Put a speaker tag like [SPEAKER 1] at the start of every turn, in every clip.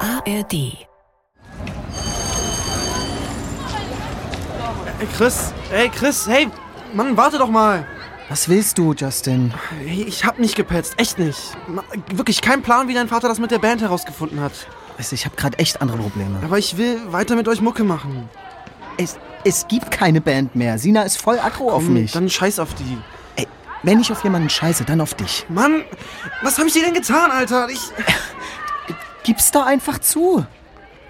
[SPEAKER 1] ARD.
[SPEAKER 2] Ey, Chris, ey, Chris, hey, Mann, warte doch mal.
[SPEAKER 3] Was willst du, Justin?
[SPEAKER 2] Ey, Ich hab nicht gepetzt, echt nicht. Ma- Wirklich kein Plan, wie dein Vater das mit der Band herausgefunden hat.
[SPEAKER 3] Weißt du, Also, ich habe gerade echt andere Probleme.
[SPEAKER 2] Aber ich will weiter mit euch Mucke machen.
[SPEAKER 3] Es, es gibt keine Band mehr. Sina ist voll aggro auf
[SPEAKER 2] Hm,
[SPEAKER 3] mich.
[SPEAKER 2] Dann scheiß auf die.
[SPEAKER 3] Ey, wenn ich auf jemanden scheiße, dann auf dich.
[SPEAKER 2] Mann, was hab ich dir denn getan, Alter? Ich.
[SPEAKER 3] Gib's da einfach zu.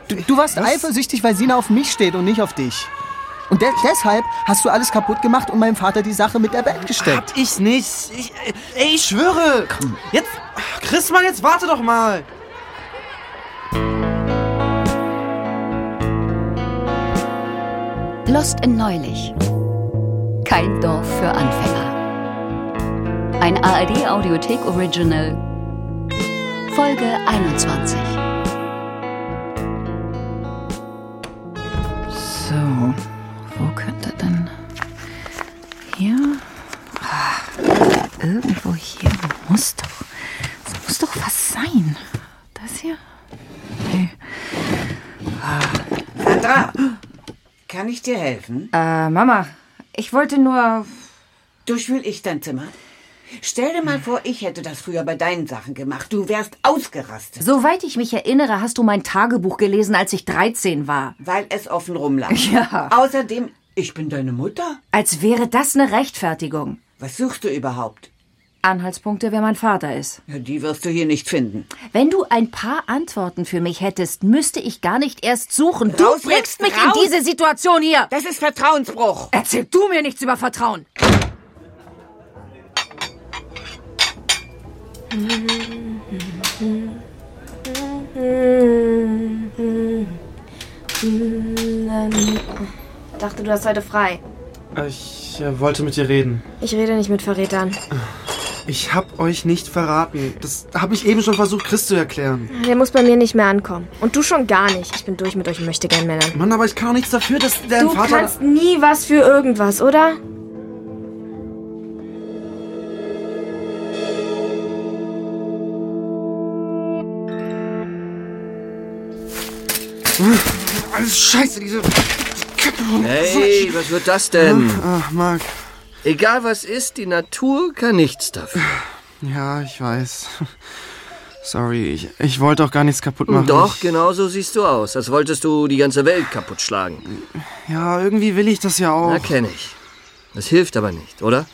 [SPEAKER 3] Du, du warst
[SPEAKER 2] Was?
[SPEAKER 3] eifersüchtig, weil Sina auf mich steht und nicht auf dich. Und de deshalb hast du alles kaputt gemacht und meinem Vater die Sache mit der Band gesteckt.
[SPEAKER 2] Hab ich nicht. Ich, ey, ich schwöre. Jetzt. Ach, Chris, Mann, jetzt warte doch mal.
[SPEAKER 4] Lost in Neulich. Kein Dorf für Anfänger. Ein ARD Audiothek Original. Folge 21.
[SPEAKER 5] So, wo könnte denn. Hier? Ah, Irgendwo hier muss doch. Es muss doch was sein. Das hier? Nee.
[SPEAKER 6] Sandra, kann ich dir helfen?
[SPEAKER 5] Äh, Mama, ich wollte nur.
[SPEAKER 6] Durchwühl ich dein Zimmer. Stell dir mal vor, ich hätte das früher bei deinen Sachen gemacht. Du wärst ausgerastet,
[SPEAKER 5] Soweit ich mich erinnere, hast du mein Tagebuch gelesen, als ich 13 war.
[SPEAKER 6] weil es offen rumlag.
[SPEAKER 5] Ja.
[SPEAKER 6] Außerdem, ich bin deine Mutter.
[SPEAKER 5] Als wäre das eine Rechtfertigung.
[SPEAKER 6] Was suchst du überhaupt?
[SPEAKER 5] Anhaltspunkte, wer mein Vater ist.
[SPEAKER 6] Ja, die wirst du hier nicht finden.
[SPEAKER 5] Wenn du ein paar Antworten für mich hättest, müsste ich gar nicht erst suchen. Du
[SPEAKER 6] Raus
[SPEAKER 5] bringst
[SPEAKER 6] jetzt,
[SPEAKER 5] mich
[SPEAKER 6] raus!
[SPEAKER 5] in diese Situation hier.
[SPEAKER 6] Das ist Vertrauensbruch.
[SPEAKER 5] Erzähl du mir nichts über Vertrauen.
[SPEAKER 7] Dachte, du hast heute frei.
[SPEAKER 2] Ich äh, wollte mit dir reden.
[SPEAKER 7] Ich rede nicht mit Verrätern.
[SPEAKER 2] Ich hab euch nicht verraten. Das hab ich eben schon versucht, Chris zu erklären.
[SPEAKER 7] Der muss bei mir nicht mehr ankommen. Und du schon gar nicht. Ich bin durch mit euch möchte gern Männern.
[SPEAKER 2] Mann, aber ich kann auch nichts dafür, dass dein
[SPEAKER 7] Du
[SPEAKER 2] Vater.
[SPEAKER 7] kannst nie was für irgendwas, oder?
[SPEAKER 2] Alles scheiße, diese.
[SPEAKER 8] Hey, was wird das denn?
[SPEAKER 2] Ach, Marc.
[SPEAKER 8] Egal was ist, die Natur kann nichts dafür.
[SPEAKER 2] Ja, ich weiß. Sorry, ich, ich wollte auch gar nichts kaputt machen.
[SPEAKER 8] Doch, genau so siehst du aus, als wolltest du die ganze Welt kaputt schlagen.
[SPEAKER 2] Ja, irgendwie will ich das ja auch.
[SPEAKER 8] Na, kenn ich. Das hilft aber nicht, oder?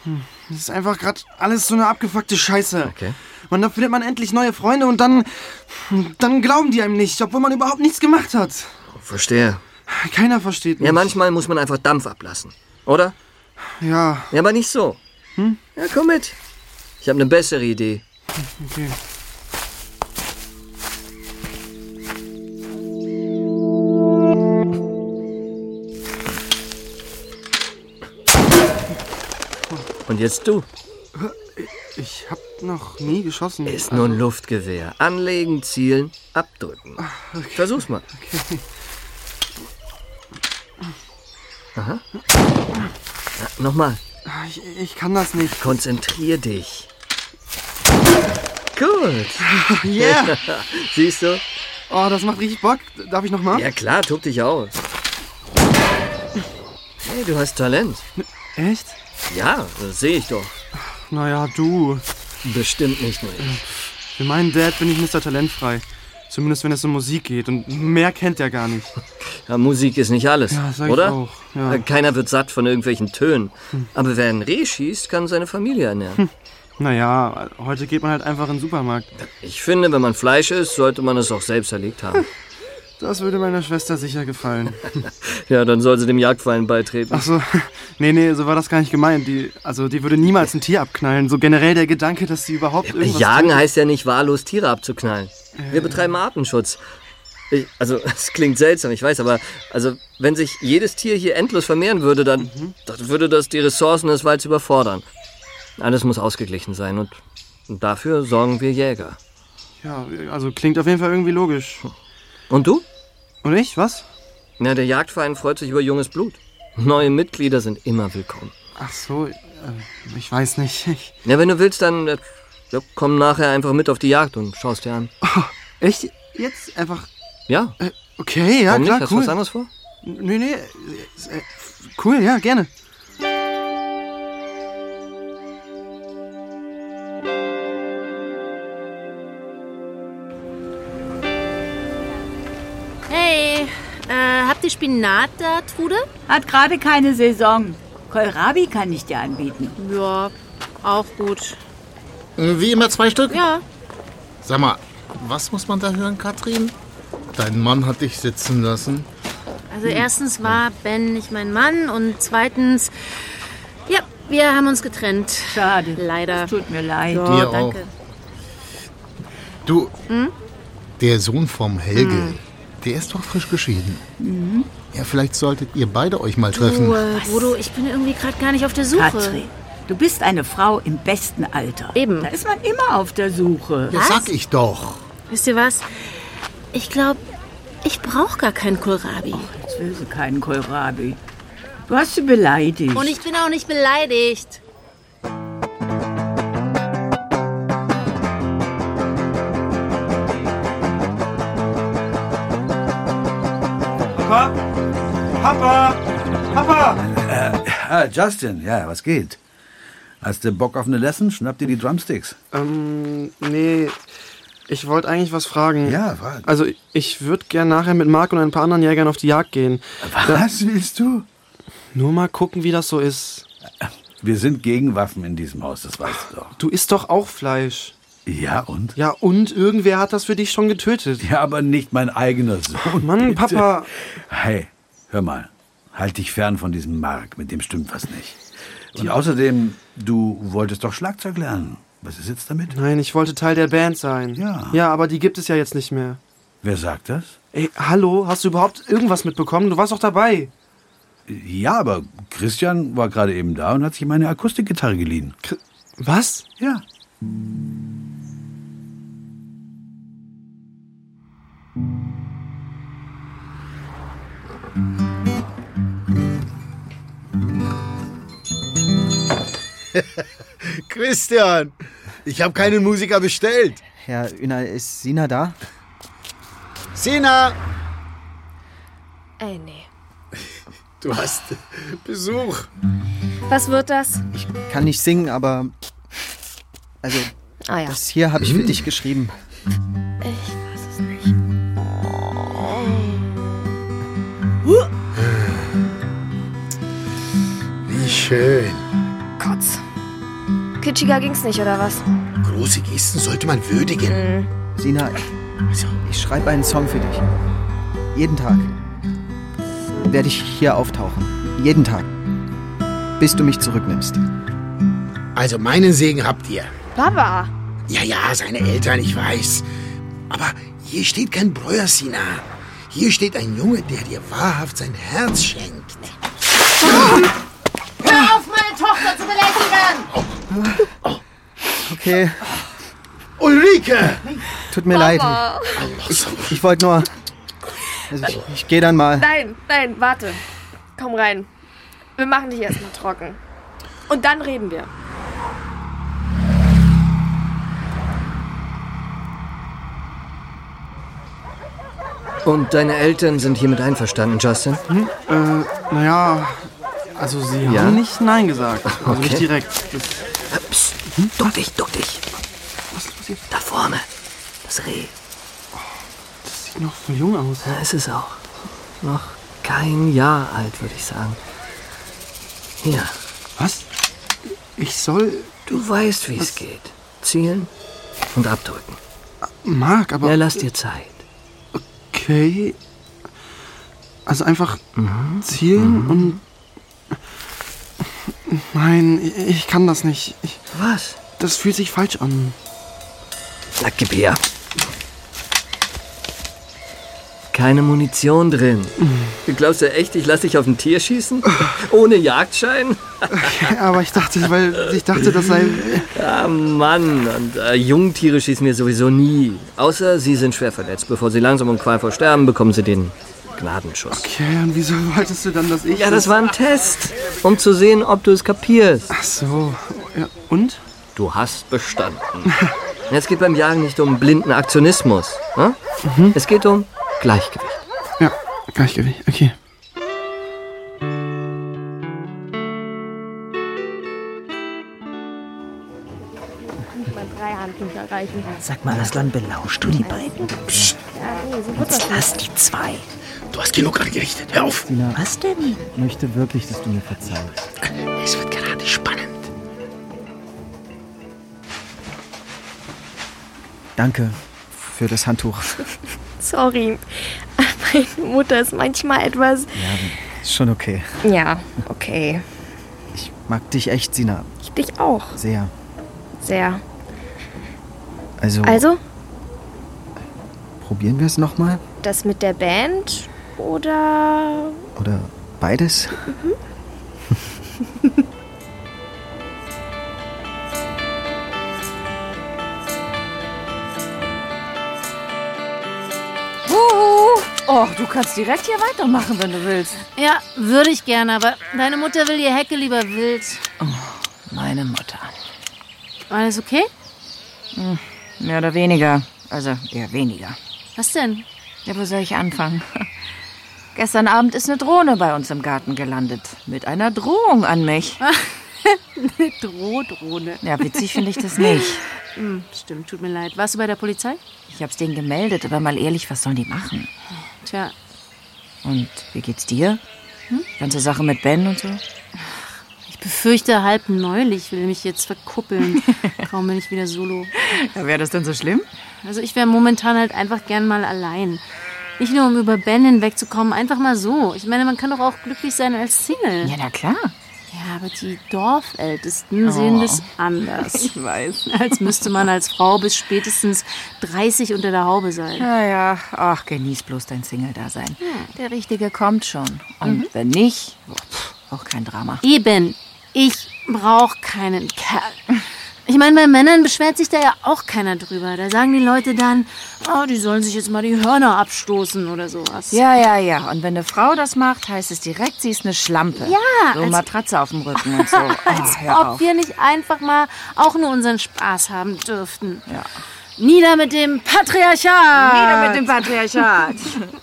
[SPEAKER 2] Das ist einfach gerade alles so eine abgefuckte Scheiße.
[SPEAKER 8] Okay.
[SPEAKER 2] Man, da findet man endlich neue Freunde und dann. Dann glauben die einem nicht, obwohl man überhaupt nichts gemacht hat.
[SPEAKER 8] Verstehe.
[SPEAKER 2] Keiner versteht mich.
[SPEAKER 8] Ja, manchmal muss man einfach Dampf ablassen, oder?
[SPEAKER 2] Ja,
[SPEAKER 8] Ja, aber nicht so. Ja, komm mit. Ich habe eine bessere Idee.
[SPEAKER 2] okay.
[SPEAKER 8] Und jetzt du.
[SPEAKER 2] Ich hab noch nie geschossen.
[SPEAKER 8] Ist nur ein Luftgewehr. Anlegen, zielen, abdrücken. Versuch's mal. Aha. Ja, Nochmal.
[SPEAKER 2] Ah, Ich, ich kann das nicht.
[SPEAKER 8] Konzentrier dich. Gut.
[SPEAKER 2] Yeah!
[SPEAKER 8] Siehst du?
[SPEAKER 2] Oh, das macht richtig Bock. Darf ich nochmal?
[SPEAKER 8] Ja klar, tob dich aus. Hey, du hast Talent.
[SPEAKER 2] Echt?
[SPEAKER 8] Ja, das sehe ich doch.
[SPEAKER 2] Naja, du.
[SPEAKER 8] Bestimmt nicht nur ich.
[SPEAKER 2] Für meinen Dad bin ich Mr. Talentfrei. Zumindest wenn es um Musik geht. Und mehr kennt er gar nicht.
[SPEAKER 8] Ja, Musik ist nicht alles,
[SPEAKER 2] Ja, sag ich
[SPEAKER 8] oder?
[SPEAKER 2] auch, ja. Hm.
[SPEAKER 8] Äh, Keiner wird satt von irgendwelchen Tönen. Aber wer ein Reh schießt, kann seine Familie ernähren.
[SPEAKER 2] Naja, heute geht man halt einfach in den Supermarkt.
[SPEAKER 8] Ich finde, wenn man Fleisch isst, sollte man es auch selbst erlegt haben.
[SPEAKER 2] Hm. Das würde meiner Schwester sicher gefallen.
[SPEAKER 8] ja, dann soll sie dem Jagdverein beitreten.
[SPEAKER 2] Ach so, nee, nee, so war das gar nicht gemeint. Die, also, die würde niemals ein Tier abknallen. So generell der Gedanke, dass sie überhaupt irgendwas...
[SPEAKER 8] Jagen heißt ja nicht wahllos Tiere abzuknallen. Wir betreiben Artenschutz. Ich, also, es klingt seltsam, ich weiß, aber also, wenn sich jedes Tier hier endlos vermehren würde, dann, dann würde das die Ressourcen des Walds überfordern. Alles muss ausgeglichen sein und, und dafür sorgen wir Jäger.
[SPEAKER 2] Ja, also klingt auf jeden Fall irgendwie logisch.
[SPEAKER 8] Und du?
[SPEAKER 2] Und ich, was?
[SPEAKER 8] Na, der Jagdverein freut sich über junges Blut. Neue Mitglieder sind immer willkommen.
[SPEAKER 2] Ach so, äh, ich weiß nicht. Ich,
[SPEAKER 8] Ja, wenn du willst, dann äh, ja, komm nachher einfach mit auf die Jagd und schaust dir an.
[SPEAKER 2] echt? Jetzt? Einfach
[SPEAKER 1] Ja,
[SPEAKER 2] Okay, ja,
[SPEAKER 1] warum
[SPEAKER 2] klar,
[SPEAKER 1] nicht? Hast du was
[SPEAKER 2] cool.
[SPEAKER 1] anderes vor?
[SPEAKER 2] Nee, nee, äh, äh, cool, ja, gerne.
[SPEAKER 9] Hey, äh, habt ihr Spinat da, Trude?
[SPEAKER 10] Hat gerade keine Saison. Kohlrabi kann ich dir anbieten.
[SPEAKER 9] Ja, auch gut.
[SPEAKER 11] äh, Wie immer zwei Stück?
[SPEAKER 9] Ja,
[SPEAKER 11] Sag mal, was muss man da hören, Katrin? Dein Mann hat dich sitzen lassen.
[SPEAKER 9] also
[SPEAKER 10] Hm.
[SPEAKER 9] erstens war Ben nicht mein Mann und zweitens, ja, wir haben uns getrennt.
[SPEAKER 10] Schade.
[SPEAKER 9] Leider.
[SPEAKER 10] Tut mir leid.
[SPEAKER 9] Ja,
[SPEAKER 11] Dir
[SPEAKER 9] danke.
[SPEAKER 11] Du, der Sohn vom Helge, der ist doch frisch geschieden. Ja, vielleicht solltet ihr beide euch mal
[SPEAKER 9] Du,
[SPEAKER 11] treffen.
[SPEAKER 9] äh, Bodo, ich bin irgendwie gerade gar nicht auf der Suche.
[SPEAKER 10] Katrin, du bist eine Frau im besten Alter.
[SPEAKER 9] Eben.
[SPEAKER 10] Da ist man immer auf der Suche.
[SPEAKER 11] Ja, sag ich doch.
[SPEAKER 9] Wisst ihr was? Ich glaube, ich brauche gar keinen Kohlrabi.
[SPEAKER 10] Oh, Jetzt will sie keinen Kohlrabi. Du hast sie beleidigt.
[SPEAKER 9] Und ich bin auch nicht beleidigt.
[SPEAKER 2] Papa? Papa? Papa?
[SPEAKER 8] Ah, Justin, ja, was geht? Hast du Bock auf eine Lesson? Schnapp dir die Drumsticks.
[SPEAKER 2] Ähm, nee, ich wollte eigentlich was fragen.
[SPEAKER 8] Ja, warte.
[SPEAKER 2] Also, ich würde gern nachher mit Marc und ein paar anderen Jägern auf die Jagd gehen.
[SPEAKER 8] Was willst du?
[SPEAKER 2] Nur mal gucken, wie das so ist.
[SPEAKER 8] Wir sind gegen Waffen in diesem Haus, das weißt du doch.
[SPEAKER 2] Du isst doch auch Fleisch.
[SPEAKER 8] Ja, und?
[SPEAKER 2] Ja, und irgendwer hat das für dich schon getötet.
[SPEAKER 8] Ja, aber nicht mein eigener Sohn.
[SPEAKER 2] Mann, Papa.
[SPEAKER 8] Hey, hör mal. Halt dich fern von diesem Mark, mit dem stimmt was nicht. Und außerdem, du wolltest doch Schlagzeug lernen. Was ist jetzt damit?
[SPEAKER 2] Nein, ich wollte Teil der Band sein.
[SPEAKER 8] Ja.
[SPEAKER 2] Ja, aber die gibt es ja jetzt nicht mehr.
[SPEAKER 8] Wer sagt das?
[SPEAKER 2] Ey, hallo, hast du überhaupt irgendwas mitbekommen? Du warst doch dabei.
[SPEAKER 8] Ja, aber Christian war gerade eben da und hat sich meine Akustikgitarre geliehen.
[SPEAKER 2] Kr- Was?
[SPEAKER 8] Ja.
[SPEAKER 11] Christian, ich habe keinen Musiker bestellt.
[SPEAKER 3] Herr Ünal, ist Sina da?
[SPEAKER 11] Sena,
[SPEAKER 7] Ey, nee.
[SPEAKER 11] du hast Besuch.
[SPEAKER 7] Was wird das?
[SPEAKER 3] Ich kann nicht singen, aber. Also,
[SPEAKER 7] Ah ja.
[SPEAKER 3] das hier habe ich
[SPEAKER 11] Hm.
[SPEAKER 3] für dich geschrieben.
[SPEAKER 7] Ich weiß es nicht.
[SPEAKER 11] Wie schön.
[SPEAKER 7] Kotz. Kitschiger ging's nicht, oder was?
[SPEAKER 11] Große Gesten sollte man würdigen.
[SPEAKER 3] Sina,
[SPEAKER 11] Also.
[SPEAKER 3] ich schreibe einen Song für dich. Jeden Tag werde ich hier auftauchen. Jeden Tag. Bis du mich zurücknimmst.
[SPEAKER 11] Also meinen Segen habt ihr.
[SPEAKER 7] Baba!
[SPEAKER 11] Ja, ja, seine Eltern, ich weiß. Aber hier steht kein Breuer, Sina. Hier steht ein Junge, der dir wahrhaft sein Herz schenkt.
[SPEAKER 9] Hör auf, meine Tochter zu belästigen!
[SPEAKER 3] Okay,
[SPEAKER 11] Ulrike!
[SPEAKER 3] tut mir leid. Ich, ich wollte nur. Also ich, ich gehe dann mal.
[SPEAKER 7] Nein, nein, warte. Komm rein. Wir machen dich erstmal trocken. Und dann reden wir.
[SPEAKER 1] Und deine Eltern sind hiermit einverstanden, Justin?
[SPEAKER 2] Äh, naja, also sie
[SPEAKER 1] Ja?
[SPEAKER 2] haben nicht Nein gesagt. Also
[SPEAKER 1] Okay.
[SPEAKER 2] nicht direkt. Das,
[SPEAKER 1] Psst,
[SPEAKER 11] Hm?
[SPEAKER 1] duck dich, duck dich. Was ist los hier? Da vorne. Das Reh.
[SPEAKER 2] das sieht noch so jung aus.
[SPEAKER 1] Da ist es auch. Noch kein Jahr alt, würde ich sagen. Hier,
[SPEAKER 2] Was? Ich soll.
[SPEAKER 1] du weißt, wie es geht. Zielen und abdrücken.
[SPEAKER 2] Marc, aber.
[SPEAKER 1] Ja, lass dir Zeit.
[SPEAKER 2] Okay. Also einfach zielen
[SPEAKER 12] Mhm.
[SPEAKER 2] und. Nein, ich, ich kann das nicht. Ich,
[SPEAKER 1] Was?
[SPEAKER 2] das fühlt sich falsch an.
[SPEAKER 1] Na, gib her. Keine Munition drin. Du glaubst ja echt, ich lass dich auf ein Tier schießen? Ohne Jagdschein?
[SPEAKER 2] Aber ich dachte, weil ich dachte, das sei.
[SPEAKER 1] Ah, Mann, und äh, Jungtiere schießen wir sowieso nie. Außer sie sind schwer verletzt. Bevor sie langsam und qualvoll sterben, bekommen sie den Gnadenschuss.
[SPEAKER 2] Okay, und wieso wolltest du dann, dass ich.
[SPEAKER 1] Ja, das war ein Test, um zu sehen, ob du es kapierst.
[SPEAKER 2] Ach so. Ja, und?
[SPEAKER 1] Du hast
[SPEAKER 8] Mhm.
[SPEAKER 1] bestanden. Es geht beim Jagen nicht um blinden Aktionismus. Ne? Es geht um Gleichgewicht.
[SPEAKER 2] Ja, Gleichgewicht, okay.
[SPEAKER 7] Nicht mal drei Handtücher reichen.
[SPEAKER 5] Sag mal, Aslan, belauschst du die beiden? Psst.
[SPEAKER 7] Ja, so wird das
[SPEAKER 5] Jetzt
[SPEAKER 7] nicht.
[SPEAKER 5] lass die zwei.
[SPEAKER 13] Du hast genug angerichtet. Hör auf.
[SPEAKER 5] Was denn?
[SPEAKER 13] Ich möchte wirklich, dass du mir verzeihst. Es wird gerade spannend.
[SPEAKER 3] Danke für das Handtuch.
[SPEAKER 7] Sorry. Meine Mutter ist manchmal etwas.
[SPEAKER 3] Ist schon okay.
[SPEAKER 7] Ja, okay.
[SPEAKER 3] Mag dich echt, Sina.
[SPEAKER 7] Ich dich auch.
[SPEAKER 3] Sehr.
[SPEAKER 7] Sehr.
[SPEAKER 3] Also,
[SPEAKER 7] Also,
[SPEAKER 3] probieren wir es nochmal?
[SPEAKER 7] das mit der Band oder.
[SPEAKER 3] Oder beides?
[SPEAKER 14] Huhu. Oh, du kannst direkt hier weitermachen, wenn du willst.
[SPEAKER 9] Ja, würde ich gerne, aber deine Mutter will ihr Hecke lieber wild.
[SPEAKER 5] Meine Mutter.
[SPEAKER 9] Alles okay?
[SPEAKER 5] Hm, Mehr oder weniger. Also eher weniger.
[SPEAKER 9] Was denn?
[SPEAKER 5] Ja, wo soll ich anfangen? Gestern Abend ist eine Drohne bei uns im Garten gelandet. Mit einer Drohung an mich.
[SPEAKER 9] Eine Drohdrohne.
[SPEAKER 5] Ja, witzig finde ich das nicht.
[SPEAKER 9] Hm, Stimmt, tut mir leid. Warst du bei der Polizei?
[SPEAKER 5] Ich hab's denen gemeldet, aber mal ehrlich, was sollen die machen?
[SPEAKER 9] Tja,
[SPEAKER 5] Und wie geht's dir?
[SPEAKER 9] Hm?
[SPEAKER 5] Ganze Sache mit Ben und so?
[SPEAKER 9] ich befürchte halb neulich, will mich jetzt verkuppeln. Kaum bin ich wieder solo.
[SPEAKER 5] Ja, Wäre das denn so schlimm?
[SPEAKER 9] Also ich wäre momentan halt einfach gern mal allein. Nicht nur, um über Ben hinwegzukommen, einfach mal so. Ich meine, man kann doch auch glücklich sein als Single.
[SPEAKER 5] Ja, na klar.
[SPEAKER 9] Ja, aber die Dorfältesten sehen
[SPEAKER 5] Oh.
[SPEAKER 9] das anders.
[SPEAKER 5] Ich weiß.
[SPEAKER 9] Als müsste man als Frau bis spätestens 30 unter der Haube sein.
[SPEAKER 5] Naja, ach, genieß bloß dein Single-Dasein. Der Richtige kommt schon. Und
[SPEAKER 9] Mhm.
[SPEAKER 5] wenn nicht, oh, pff, auch kein Drama.
[SPEAKER 9] Eben, ich brauche keinen Kerl. Ich meine, bei Männern beschwert sich da ja auch keiner drüber. Da sagen die Leute dann, oh, die sollen sich jetzt mal die Hörner abstoßen oder sowas.
[SPEAKER 5] Ja, ja, ja. Und wenn eine Frau das macht, heißt es direkt, sie ist eine Schlampe.
[SPEAKER 9] Ja,
[SPEAKER 5] So
[SPEAKER 9] als-
[SPEAKER 5] Matratze auf dem Rücken und so.
[SPEAKER 9] Als
[SPEAKER 5] Ah, hör
[SPEAKER 9] ob
[SPEAKER 5] auf.
[SPEAKER 9] wir nicht einfach mal auch nur unseren Spaß haben dürften.
[SPEAKER 5] Ja.
[SPEAKER 9] Nieder mit dem Patriarchat!
[SPEAKER 5] Nieder mit dem Patriarchat.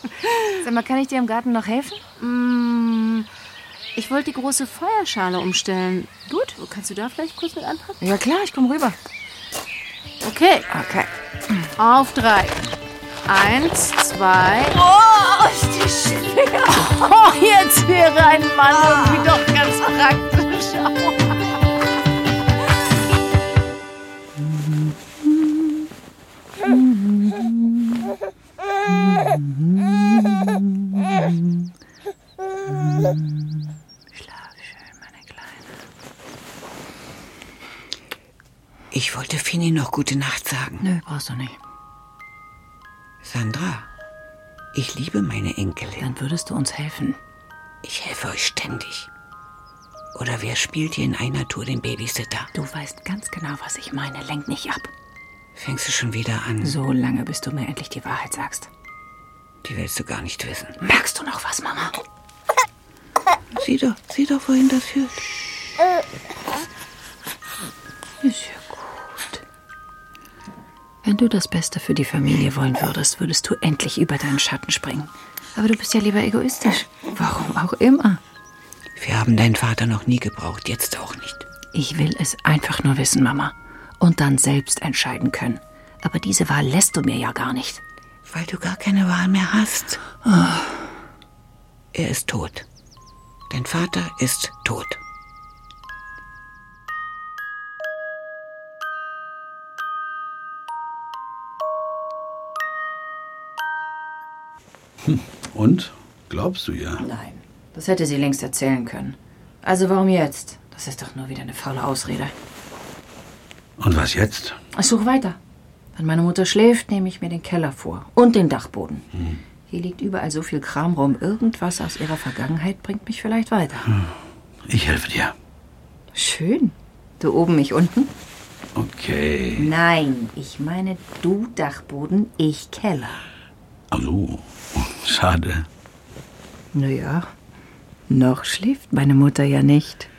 [SPEAKER 5] Sag mal, kann ich dir im Garten noch helfen?
[SPEAKER 9] Mm, Ich wollte die große Feuerschale umstellen. Gut, kannst du da vielleicht kurz mit anpacken?
[SPEAKER 5] Ja klar, ich komme rüber.
[SPEAKER 9] Okay,
[SPEAKER 5] Okay.
[SPEAKER 9] auf drei. Eins, zwei.
[SPEAKER 14] Oh, ist die schwer.
[SPEAKER 9] Oh, jetzt wäre ein Mann
[SPEAKER 14] Ah.
[SPEAKER 9] irgendwie doch ganz praktisch.
[SPEAKER 6] Ich wollte Fini noch gute Nacht sagen.
[SPEAKER 5] Nö, brauchst du nicht.
[SPEAKER 6] Sandra, ich liebe meine Enkelin.
[SPEAKER 5] Dann würdest du uns helfen.
[SPEAKER 6] Ich helfe euch ständig. Oder wer spielt hier in einer Tour den Babysitter?
[SPEAKER 5] Du weißt ganz genau, was ich meine. Lenk nicht ab.
[SPEAKER 6] Fängst du schon wieder an?
[SPEAKER 5] So lange, bis du mir endlich die Wahrheit sagst.
[SPEAKER 6] Die willst du gar nicht wissen.
[SPEAKER 5] Merkst du noch was, Mama?
[SPEAKER 6] Sieh doch, sieh doch, wohin das führt.
[SPEAKER 5] Ist ja gut. Wenn du das Beste für die Familie wollen würdest, würdest du endlich über deinen Schatten springen. Aber du bist ja lieber egoistisch. Warum auch immer.
[SPEAKER 6] Wir haben deinen Vater noch nie gebraucht, jetzt auch nicht.
[SPEAKER 5] Ich will es einfach nur wissen, Mama. Und dann selbst entscheiden können. Aber diese Wahl lässt du mir ja gar nicht.
[SPEAKER 6] Weil du gar keine Wahl mehr hast. Er ist tot. Dein Vater ist tot.
[SPEAKER 8] Und? Glaubst du ja?
[SPEAKER 5] Nein, das hätte sie längst erzählen können. Also warum jetzt? Das ist doch nur wieder eine faule Ausrede.
[SPEAKER 8] Und was jetzt?
[SPEAKER 5] Ich suche weiter. Wenn meine Mutter schläft, nehme ich mir den Keller vor und den Dachboden.
[SPEAKER 8] Hm.
[SPEAKER 5] Hier liegt überall so viel Kram rum. Irgendwas aus ihrer Vergangenheit bringt mich vielleicht weiter.
[SPEAKER 8] Hm. Ich helfe dir.
[SPEAKER 5] Schön. Du oben, ich unten?
[SPEAKER 8] Okay.
[SPEAKER 5] Nein, ich meine du Dachboden, ich Keller.
[SPEAKER 8] Also, schade.
[SPEAKER 5] Naja, noch schläft meine Mutter ja nicht.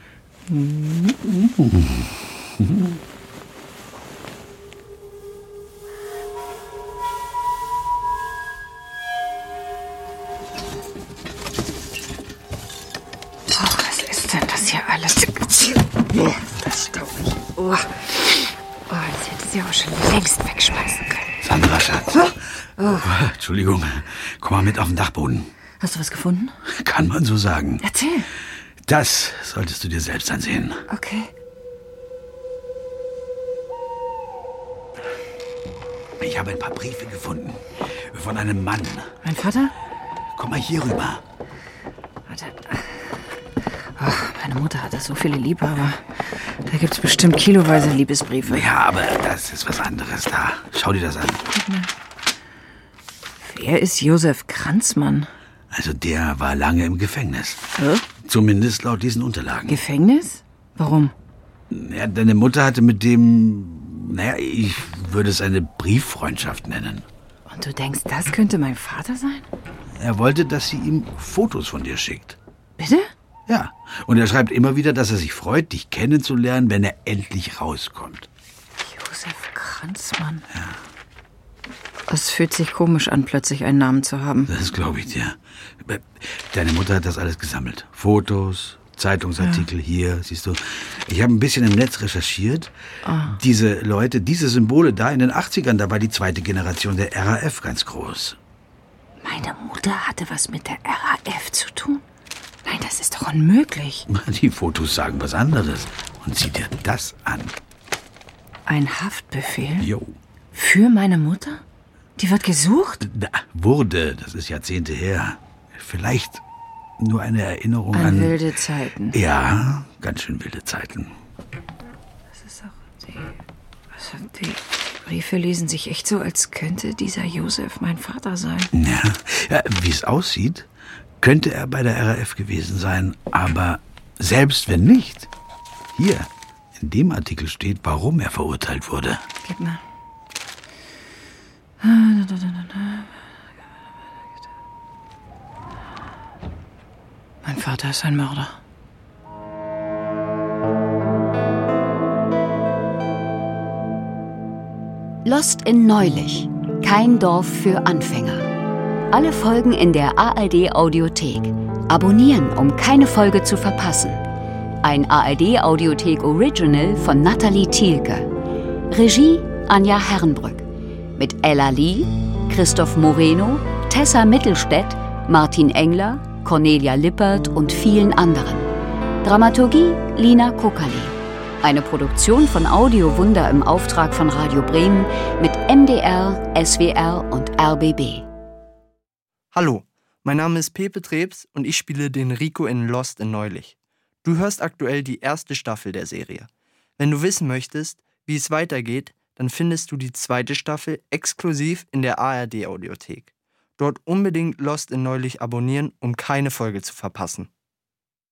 [SPEAKER 7] Oh, das hätte sie auch schon längst wegschmeißen können.
[SPEAKER 8] Sandra, Schatz. Oh, Entschuldigung, komm mal mit auf den Dachboden.
[SPEAKER 5] Hast du was gefunden?
[SPEAKER 8] Kann man so sagen.
[SPEAKER 5] Erzähl.
[SPEAKER 8] Das solltest du dir selbst ansehen.
[SPEAKER 5] Okay.
[SPEAKER 8] Ich habe ein paar Briefe gefunden. Von einem Mann.
[SPEAKER 5] Mein Vater?
[SPEAKER 8] Komm mal hier rüber.
[SPEAKER 5] Warte. Ach, meine Mutter hatte so viele Liebhaber. Da gibt's bestimmt kiloweise Liebesbriefe.
[SPEAKER 8] Ja, aber das ist was anderes da. Schau dir das an.
[SPEAKER 5] Wer ist Josef Kranzmann?
[SPEAKER 8] Also der war lange im Gefängnis.
[SPEAKER 5] Hä?
[SPEAKER 8] Zumindest laut diesen Unterlagen.
[SPEAKER 5] Gefängnis? Warum?
[SPEAKER 8] Ja, deine Mutter hatte mit dem, naja, ich würde es eine Brieffreundschaft nennen.
[SPEAKER 5] Und du denkst, das könnte mein Vater sein?
[SPEAKER 8] Er wollte, dass sie ihm Fotos von dir schickt.
[SPEAKER 5] Bitte?
[SPEAKER 8] Ja. Und er schreibt immer wieder, dass er sich freut, dich kennenzulernen, wenn er endlich rauskommt.
[SPEAKER 5] Josef Kranzmann. Es fühlt sich komisch an, plötzlich einen Namen zu haben.
[SPEAKER 8] Das glaube ich dir. Deine Mutter hat das alles gesammelt. Fotos, Zeitungsartikel hier, siehst du. Ich habe ein bisschen im Netz recherchiert.
[SPEAKER 5] Ah.
[SPEAKER 8] Diese Leute, diese Symbole da in den 80ern, da war die zweite Generation der RAF ganz groß.
[SPEAKER 5] Meine Mutter hatte was mit der RAF zu tun? Nein, das ist doch unmöglich.
[SPEAKER 8] Die Fotos sagen was anderes. Und sieh dir das an.
[SPEAKER 5] Ein Haftbefehl?
[SPEAKER 8] Jo.
[SPEAKER 5] Für meine Mutter? Die wird gesucht?
[SPEAKER 8] Da wurde, das ist Jahrzehnte her. Vielleicht nur eine Erinnerung
[SPEAKER 5] An,
[SPEAKER 8] an.
[SPEAKER 5] wilde Zeiten.
[SPEAKER 8] Ja, ganz schön wilde Zeiten.
[SPEAKER 5] Das ist auch die, also die Briefe lesen sich echt so, als könnte dieser Josef mein Vater sein.
[SPEAKER 8] Ja, ja wie es aussieht, könnte er bei der RAF gewesen sein, aber selbst wenn nicht, hier in dem Artikel steht, warum er verurteilt wurde.
[SPEAKER 5] Gib mal. Mein Vater ist ein Mörder.
[SPEAKER 4] Lost in Neulich. Kein Dorf für Anfänger. Alle Folgen in der ARD Audiothek. Abonnieren, um keine Folge zu verpassen. Ein ARD Audiothek Original von Nathalie Thielke. Regie Anja Herrenbrück. Mit Ella Lee, Christoph Moreno, Tessa Mittelstädt, Martin Engler, Cornelia Lippert und vielen anderen. Dramaturgie Lina Kokali. Eine Produktion von Audio Wunder im Auftrag von Radio Bremen mit MDR, SWR und RBB.
[SPEAKER 12] Hallo, mein Name ist Pepe Trebs und ich spiele den Rico in Lost in Neulich. Du hörst aktuell die erste Staffel der Serie. Wenn du wissen möchtest, wie es weitergeht, dann findest du die zweite Staffel exklusiv in der ARD Audiothek. Dort unbedingt Lost in Neulich abonnieren, um keine Folge zu verpassen.